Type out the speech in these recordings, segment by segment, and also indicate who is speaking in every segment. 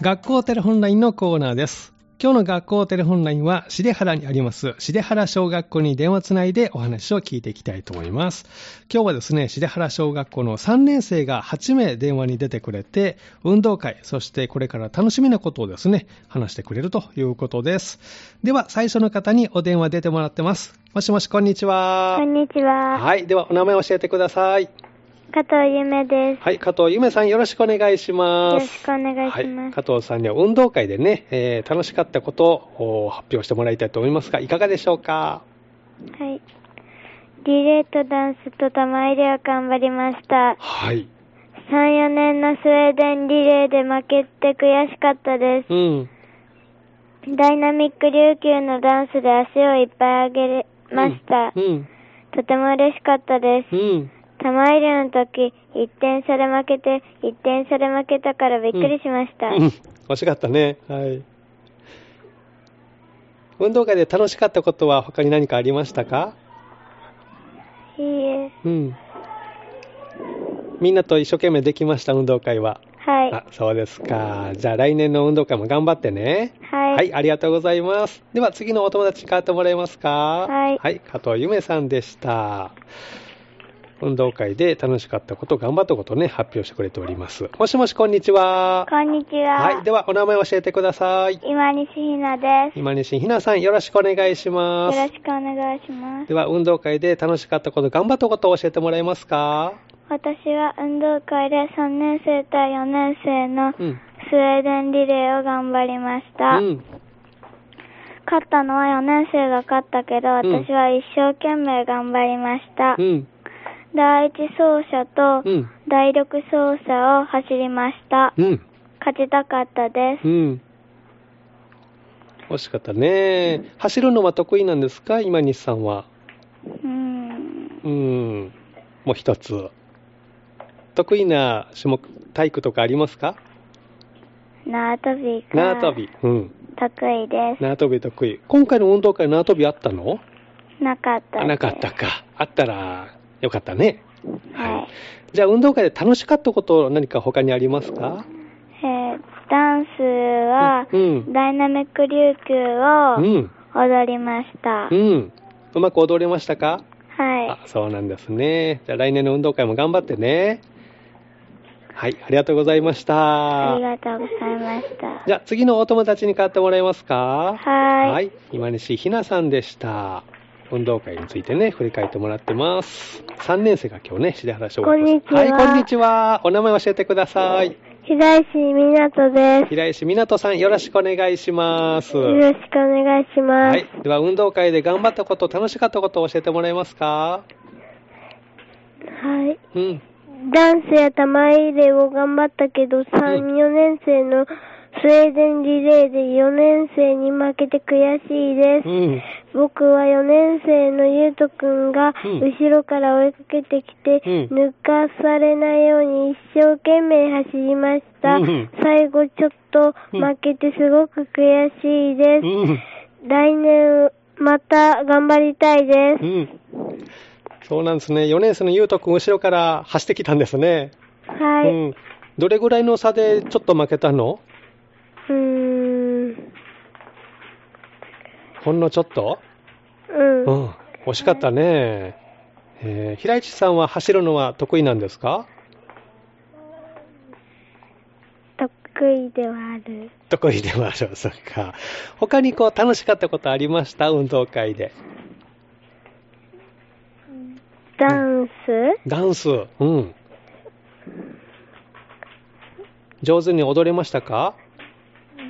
Speaker 1: 学校テレホンラインのコーナーです。今日の学校テレホンラインは、重原にあります、重原小学校に電話つないでお話を聞いていきたいと思います。今日はですね、重原小学校の3年生が8名電話に出てくれて、運動会、そしてこれから楽しみなことをですね、話してくれるということです。では、最初の方にお電話出てもらってます。もしもし、こんにちは
Speaker 2: こ。んにちは。
Speaker 1: はい、ではお名前教えてください。
Speaker 2: 加藤ゆめです。
Speaker 1: はい、加藤ゆめさんよろしくお願いします。
Speaker 2: よろしくお願いし
Speaker 1: は
Speaker 2: ま
Speaker 1: い、
Speaker 2: す。
Speaker 1: 加藤さんには運動会でね、えー楽しかったことをお発表してもらいたいと思いますが、いかがでしょうか
Speaker 2: はい、リレーとダンスと玉入れを頑張りました。
Speaker 1: はい。
Speaker 2: 3、4年のスウェーデンリレーで負けて悔しかったで
Speaker 1: うん。
Speaker 2: す。ダイナミック琉球のダンスで足をいっぱい上げれました。
Speaker 1: うん。
Speaker 2: とても嬉しかったで
Speaker 1: う。
Speaker 2: す
Speaker 1: ん。
Speaker 2: 玉入れの時、1点差で負けて、1点差で負けたからびっくりしました。
Speaker 1: うん惜しかったね。はい。運動会で楽しかったことは他に何かありましたか
Speaker 2: いいえ。
Speaker 1: うん。みんなと一生懸命できました、運動会は。
Speaker 2: はい。
Speaker 1: あ、そうですか。じゃあ来年の運動会も頑張ってね。
Speaker 2: はい。
Speaker 1: はい、ありがとうございます。では次のお友達変わってもらえますか
Speaker 2: はい
Speaker 1: 加藤ゆめさんでした。運動会で楽しかったこと、頑張ったことをね、発表してくれております。もしもし、こんにちは。
Speaker 2: こんにちは。
Speaker 1: はい、ではお名前を教えてください。
Speaker 2: 今西ひなです。よ
Speaker 1: 今西ひなさん、よろしくお願いしま
Speaker 2: ろ
Speaker 1: す。
Speaker 2: しくお願いします
Speaker 1: で。は、運動会で楽しかったこと、頑張ったことを教えてもらえますか
Speaker 2: 私は運動会で3年生対4年生のス
Speaker 1: うん。
Speaker 2: ウェーデンリレーを頑張りました。
Speaker 1: うん。
Speaker 2: 勝ったのは4年生が勝ったけど、
Speaker 1: うん
Speaker 2: 私は一生懸命頑張りました。
Speaker 1: うん。
Speaker 2: 第一走者と
Speaker 1: うん。
Speaker 2: 第六走者を走りました。
Speaker 1: うん。
Speaker 2: 勝ちたかったです。
Speaker 1: うん。惜しかったね。走るのは得意なんですか今西さんは。
Speaker 2: うーん。
Speaker 1: うん。もう一つ。得意な種目、体育とかありますか
Speaker 2: 縄跳びが
Speaker 1: 縄跳び。うん。
Speaker 2: 得意です。
Speaker 1: 縄跳び得意。今回の運動会縄跳びあったの
Speaker 2: なかったです。
Speaker 1: なかったか。あったら、よかったね。
Speaker 2: はい。
Speaker 1: じゃあ運動会で楽しかったこと何か他にありますか
Speaker 2: えーダンスは、
Speaker 1: うん。
Speaker 2: ダイナミック琉球
Speaker 1: う
Speaker 2: を
Speaker 1: ん。
Speaker 2: 踊りました。
Speaker 1: うん。うまく踊れましたか
Speaker 2: は
Speaker 1: あそうなんですね。じゃあ来年の運動会も頑張ってね。はい、ありがとうございまし
Speaker 2: い。
Speaker 1: た
Speaker 2: あり。がとうございました。
Speaker 1: じゃあ次のお友達に代わってもらえますか
Speaker 2: はい
Speaker 1: 今西ひなさんでした。運動会についてね、振り返ってもらってます。3年生が今日ね、白原小学校、
Speaker 2: こんにちはい
Speaker 1: こんにちは。お名前教えてください。
Speaker 2: 平石みなとです。
Speaker 1: 平石みなとさん、よろしくお願いします。
Speaker 2: しくお願いしま
Speaker 1: はい。では、運動会で頑張ったこと、楽しかったことを教えてもらえますか
Speaker 2: はい。
Speaker 1: うん。
Speaker 2: ダンスや玉入れを頑張ったけど、3、
Speaker 1: うん
Speaker 2: 4年生のスウェーデンリレーで4年生に負けて悔しいで
Speaker 1: う
Speaker 2: す。
Speaker 1: ん。
Speaker 2: 僕は4年生のゆうとくんが
Speaker 1: うん
Speaker 2: 後ろから追いかけてきて、
Speaker 1: うん
Speaker 2: 抜かされないように一生懸命走りました。
Speaker 1: うん
Speaker 2: 最後ちょっと負けてすごく悔しいです。
Speaker 1: うん。
Speaker 2: 来年また頑張りたいです。
Speaker 1: うん。そうなんですね。4年生のゆうとくん、後ろから走ってきたんですね。
Speaker 2: はい。
Speaker 1: う。
Speaker 2: うん
Speaker 1: どれぐらいの差でちょっと負けたの
Speaker 2: ーん。
Speaker 1: ほんのちょっと
Speaker 2: うん。
Speaker 1: うん。惜しかったね。えー、平市さんは走るのは得意なんですか
Speaker 2: 得意ではある。
Speaker 1: 得意ではある。 そっか。他にこう、楽しかったことありました運動会で。
Speaker 2: ダンス
Speaker 1: ダンス。うん。上手に踊れましたか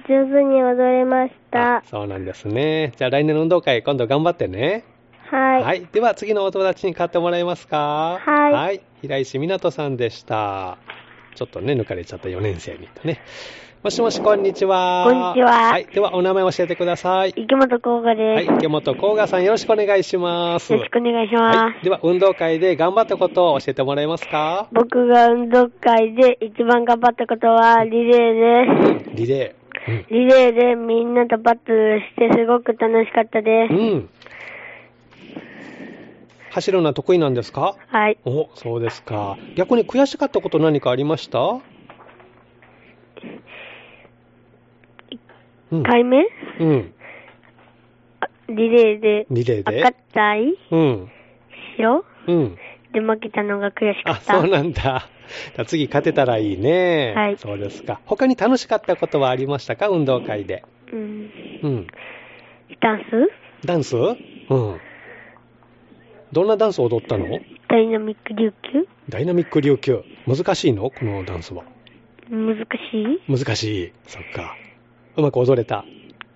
Speaker 2: 上手に踊れまし
Speaker 1: あ
Speaker 2: た。
Speaker 1: そうなんですね。じゃあ来年の運動会、今度頑張ってね。
Speaker 2: はい。
Speaker 1: では次のお友達に買ってもらえますか
Speaker 2: はい
Speaker 1: 平石みなとさんでしたちょっとね抜かれちゃった4年生にとねもしもしこんにちは
Speaker 2: こんにちは
Speaker 1: はいではお名前教えてください
Speaker 2: 池本幸賀
Speaker 1: はい
Speaker 2: です。
Speaker 1: 池本甲賀さんよろしくお願いします
Speaker 2: よろしくお願いしま
Speaker 1: は
Speaker 2: す。
Speaker 1: いでは運動会で頑張ったことを教えてもらえますか
Speaker 2: 僕が運動会で一番頑張ったことはリレーで
Speaker 1: リレーうん
Speaker 2: す。リレーでみんなとバトルしてすごく楽しかったです。
Speaker 1: うん走るのは得意なんですか
Speaker 2: はい。
Speaker 1: おそうですか逆に悔しかったこと何かありましたうん。
Speaker 2: 対面
Speaker 1: うん。
Speaker 2: あリレーで
Speaker 1: リレーで
Speaker 2: 赤。対
Speaker 1: うん。
Speaker 2: 白
Speaker 1: うん。
Speaker 2: で負けたのが悔し
Speaker 1: あ、
Speaker 2: かった。
Speaker 1: そうなんだ。 じゃあ次勝てたらいいね。
Speaker 2: はい
Speaker 1: そうですか。他に楽しかったことはありましたか運動会で。
Speaker 2: うん。
Speaker 1: うん。
Speaker 2: ダンス
Speaker 1: ダンスうん。どんなダンスを踊ったの
Speaker 2: ダイナミック琉球
Speaker 1: ダイナミック琉球。難しいのこのダンスは。
Speaker 2: 難しい
Speaker 1: 難しい。そっか。うまく踊れた。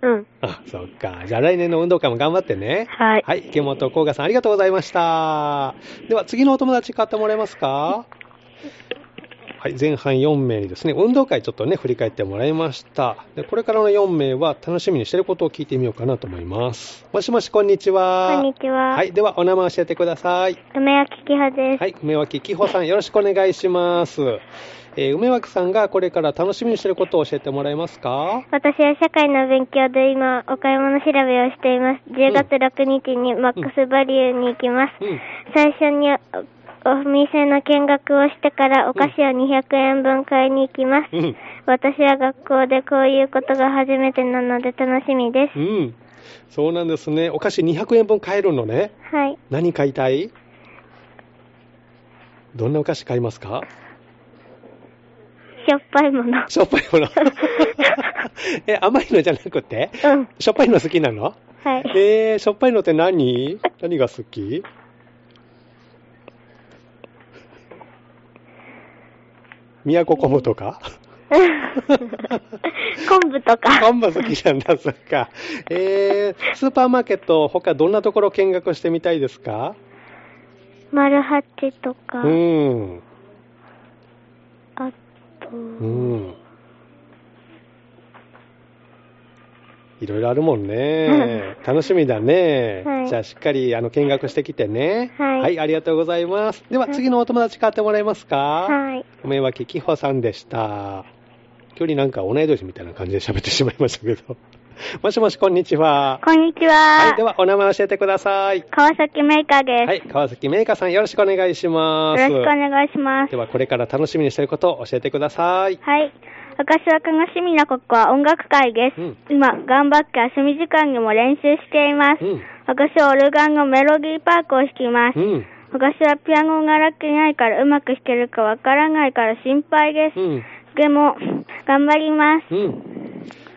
Speaker 2: うん。
Speaker 1: あ、そっか。じゃあ来年の運動会も頑張ってね。
Speaker 2: はい。
Speaker 1: はい。池本甲賀さん、ありがとうございました。では、次のお友達買ってもらえますかはい。前半4名にですね、運動会ちょっとね、振り返ってもらいました。で、これからの4名は楽しみにしてることを聞いてみようかなと思います。もしもし、こんにちは。
Speaker 2: こんにちは。
Speaker 1: はい。。では、お名前教えてください。
Speaker 2: 梅明きはです。
Speaker 1: はい、梅脇紀穂さん、よろしくお願いします。えー梅脇さんがこれから楽しみにしていることを教えてもらえますか
Speaker 2: 私は社会の勉強で今、お買い物調べをしています。10月6日にマックスバリューに行きます。
Speaker 1: うん。
Speaker 2: 最初におお店の見学をしてからお菓子を200円分買いに行きます。
Speaker 1: うん。
Speaker 2: 私は学校でこういうことが初めてなので楽しみです。
Speaker 1: うん。そうなんですね。お菓子200円分買えるのね。
Speaker 2: はい。
Speaker 1: 何買いたいどんなお菓子買いますか
Speaker 2: しょっぱいもの。
Speaker 1: しょっぱいもの。 え、甘いのじゃなくて
Speaker 2: うん。
Speaker 1: しょっぱいの好きなの
Speaker 2: はい。
Speaker 1: えー、しょっぱいのって何何が好き宮古昆布とか
Speaker 2: 昆布とか。
Speaker 1: 昆布好きなんだ、そっか。えー、スーパーマーケット、他どんなところ見学してみたいですか
Speaker 2: マルハチと
Speaker 1: う
Speaker 2: か。
Speaker 1: ん。
Speaker 2: あと、
Speaker 1: うん。いろいろあるもんね。楽しみだね。
Speaker 2: はい
Speaker 1: じゃあ、しっかりあの見学してきてね。
Speaker 2: はい
Speaker 1: ありがとうございます。では、
Speaker 2: はい
Speaker 1: 次のお友達買ってもらえますか
Speaker 2: はい。
Speaker 1: 梅脇紀穂さんでした。距離なんか同い年みたいな感じで喋ってしまいましたけど。 もしもし、こんにちは。
Speaker 2: こんにち
Speaker 1: は
Speaker 2: は。
Speaker 1: い、ではお名前教えてください。
Speaker 2: 川崎メーカーです。
Speaker 1: はい、川崎メーカーさんよろしくお願いします。
Speaker 2: よろしくお願いします
Speaker 1: で。は、これから楽しみにしていることを教えてください。
Speaker 2: はい。私は楽しみなここは音楽会です。
Speaker 1: うん
Speaker 2: 今、頑張って休み時間にも練習しています。
Speaker 1: うん。
Speaker 2: 私はオルガンのメロディーパークを弾きます。
Speaker 1: うん。
Speaker 2: 私はピアノが楽器ないからうまく弾けるかわからないから心配です。
Speaker 1: うん。
Speaker 2: でも、頑張ります。
Speaker 1: うん。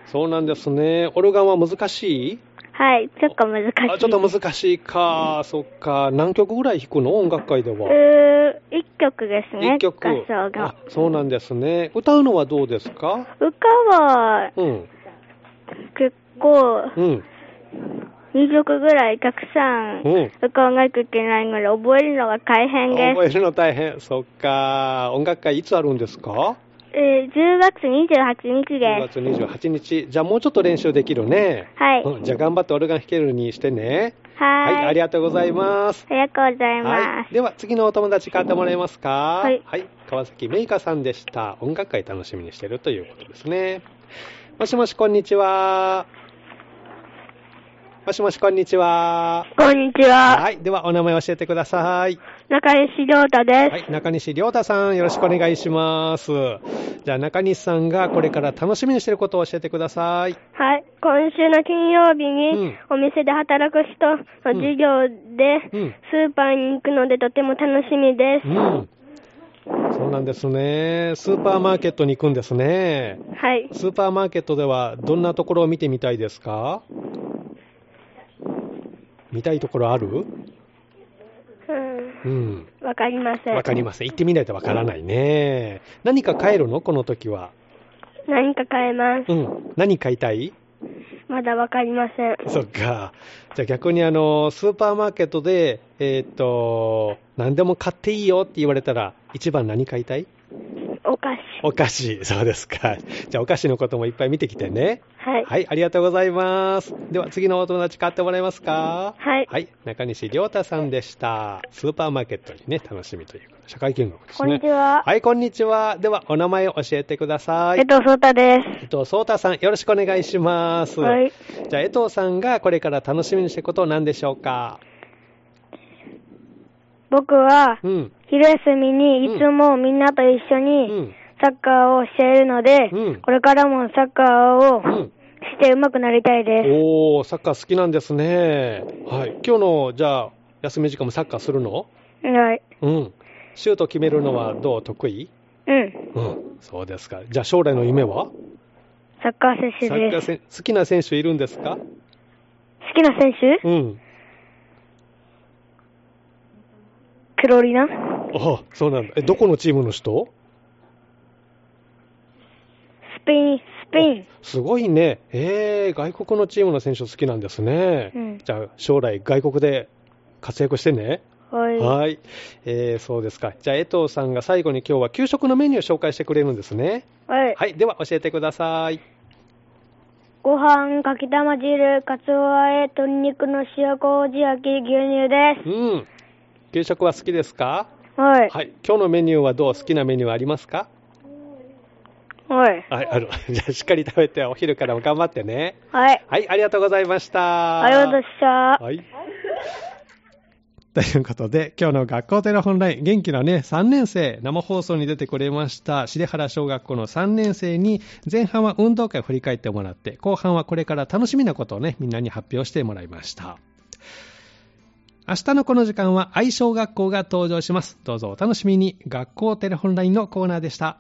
Speaker 1: そうなんですね。オルガンは難しい
Speaker 2: はい。ちょっと難しい。
Speaker 1: あちょっと難しいか。そっか。何曲ぐらい弾くの音楽会では。
Speaker 2: うー、一曲ですね。
Speaker 1: 一曲
Speaker 2: 合奏が
Speaker 1: あ。そうなんですね。歌うのはどうですか
Speaker 2: 歌は、
Speaker 1: うん。
Speaker 2: 結構、
Speaker 1: うん。
Speaker 2: 2曲ぐらいたくさん
Speaker 1: うん
Speaker 2: 歌わなきゃいけないので、覚えるのが大変です
Speaker 1: 覚。えるの大変。そっか。音楽会いつあるんですか
Speaker 2: えー10月28日
Speaker 1: 10
Speaker 2: で
Speaker 1: 月28日。じゃあもうちょっと練習できるね。
Speaker 2: す。はい。
Speaker 1: うんじゃあ頑張ってオルガン弾けるようにしてね。
Speaker 2: はーい。
Speaker 1: ありがとうございます。
Speaker 2: ありがとうございま
Speaker 1: は
Speaker 2: す。
Speaker 1: い。では、次のお友達買ってもらえますか
Speaker 2: はい
Speaker 1: 川崎メイカさんでした。音楽会楽しみにしてるということですね。もしもし、こんにちは。もしもし、こんにちは。
Speaker 2: こんにちは。
Speaker 1: はい。では、お名前教えてください。
Speaker 2: 中西亮太です。
Speaker 1: はい。中西亮太さん、よろしくお願いします。じゃあ、中西さんがこれから楽しみにしてることを教えてください。
Speaker 2: はい。今週の金曜日
Speaker 1: う
Speaker 2: に
Speaker 1: ん、
Speaker 2: お店で働く人の授業
Speaker 1: う
Speaker 2: で、
Speaker 1: ん。
Speaker 2: スーパーに行くのでとても楽しみです。
Speaker 1: うん。そうなんですね。スーパーマーケットに行くんですね。
Speaker 2: はい。
Speaker 1: スーパーマーケットではどんなところを見てみたいですか見たいところある
Speaker 2: うん。
Speaker 1: うん。
Speaker 2: わかりません
Speaker 1: わ。かりません。行ってみないとわからないね。何か買えるのこの時は。
Speaker 2: 何か買えます。
Speaker 1: うん。何買いたい
Speaker 2: まだわかりません。
Speaker 1: そっか。じゃあ逆にあの、スーパーマーケットで、えーっと、何でも買っていいよって言われたら、一番何買いたい
Speaker 2: お菓子。
Speaker 1: お菓子。そうですか。じゃあお菓子のこともいっぱい見てきてね。
Speaker 2: はい。
Speaker 1: はい、ありがとうございます。では、次のお友達買ってもらえますか
Speaker 2: はい
Speaker 1: はい、中西亮太さんでした。スーパーマーケットにね、楽しみということで社会見学ですね。
Speaker 2: こんにちは。
Speaker 1: はい、こんにちは。では、お名前を教えてください。
Speaker 2: 江藤聡太で
Speaker 1: 江藤聡太さん、よろしくお願いします。
Speaker 2: す。はい。
Speaker 1: じゃあ、江藤さんがこれから楽しみにしていくことは何でしょうか
Speaker 2: 僕は、
Speaker 1: うん。
Speaker 2: 昼休みにいつもみんなと一緒
Speaker 1: う
Speaker 2: に
Speaker 1: ん。
Speaker 2: サッカーをしているので、
Speaker 1: うん
Speaker 2: これからもサッカー
Speaker 1: う
Speaker 2: を
Speaker 1: ん。
Speaker 2: して上手くなりたいです。
Speaker 1: おー、サッカー好きなんですね。はい。今日の、じゃあ、休み時間もサッカーするの
Speaker 2: はい。
Speaker 1: うん。シュート決めるのはどう得意
Speaker 2: うん。
Speaker 1: うん。そうですか。じゃあ、将来の夢は
Speaker 2: サッカー選手
Speaker 1: サッカ
Speaker 2: で
Speaker 1: ー
Speaker 2: す。
Speaker 1: 選好きな選手いるんですか
Speaker 2: 好きな選手
Speaker 1: うん。
Speaker 2: クロリナ
Speaker 1: あそうなんだ。え、どこのチームの人
Speaker 2: スペイン、スペイン。
Speaker 1: すごいね。えー、外国のチームの選手好きなんですね。
Speaker 2: うん
Speaker 1: じゃあ、将来外国で活躍してね。
Speaker 2: はい。
Speaker 1: はい、えーそうですか。じゃあ、江藤さんが最後に今日は給食のメニューを紹介してくれるんですね。
Speaker 2: はい。
Speaker 1: はい、では教えてください。
Speaker 2: ご飯、かきたま汁、かつおあえ、鶏肉の塩麹焼き、牛乳で
Speaker 1: うん。給食は好きですか
Speaker 2: す。は。
Speaker 1: はい
Speaker 2: はい。
Speaker 1: 今日のメニューはどう好きなメニューはありますか
Speaker 2: はい。
Speaker 1: はい、あの、 じゃあしっかり食べてお昼からも頑張ってね。
Speaker 2: はい。
Speaker 1: はい、ありがとうございました。
Speaker 2: ありがとうございました。
Speaker 1: はい。ということで、今日の学校テレホンライン、元気なね、3年生、生放送に出てくれました、重原小学校の3年生に、前半は運動会を振り返ってもらって、後半はこれから楽しみなことをね、みんなに発表してもらいました。明日のこの時間は愛小学校が登場します。どうぞお楽しみに。学校テレホンラインのコーナーでした。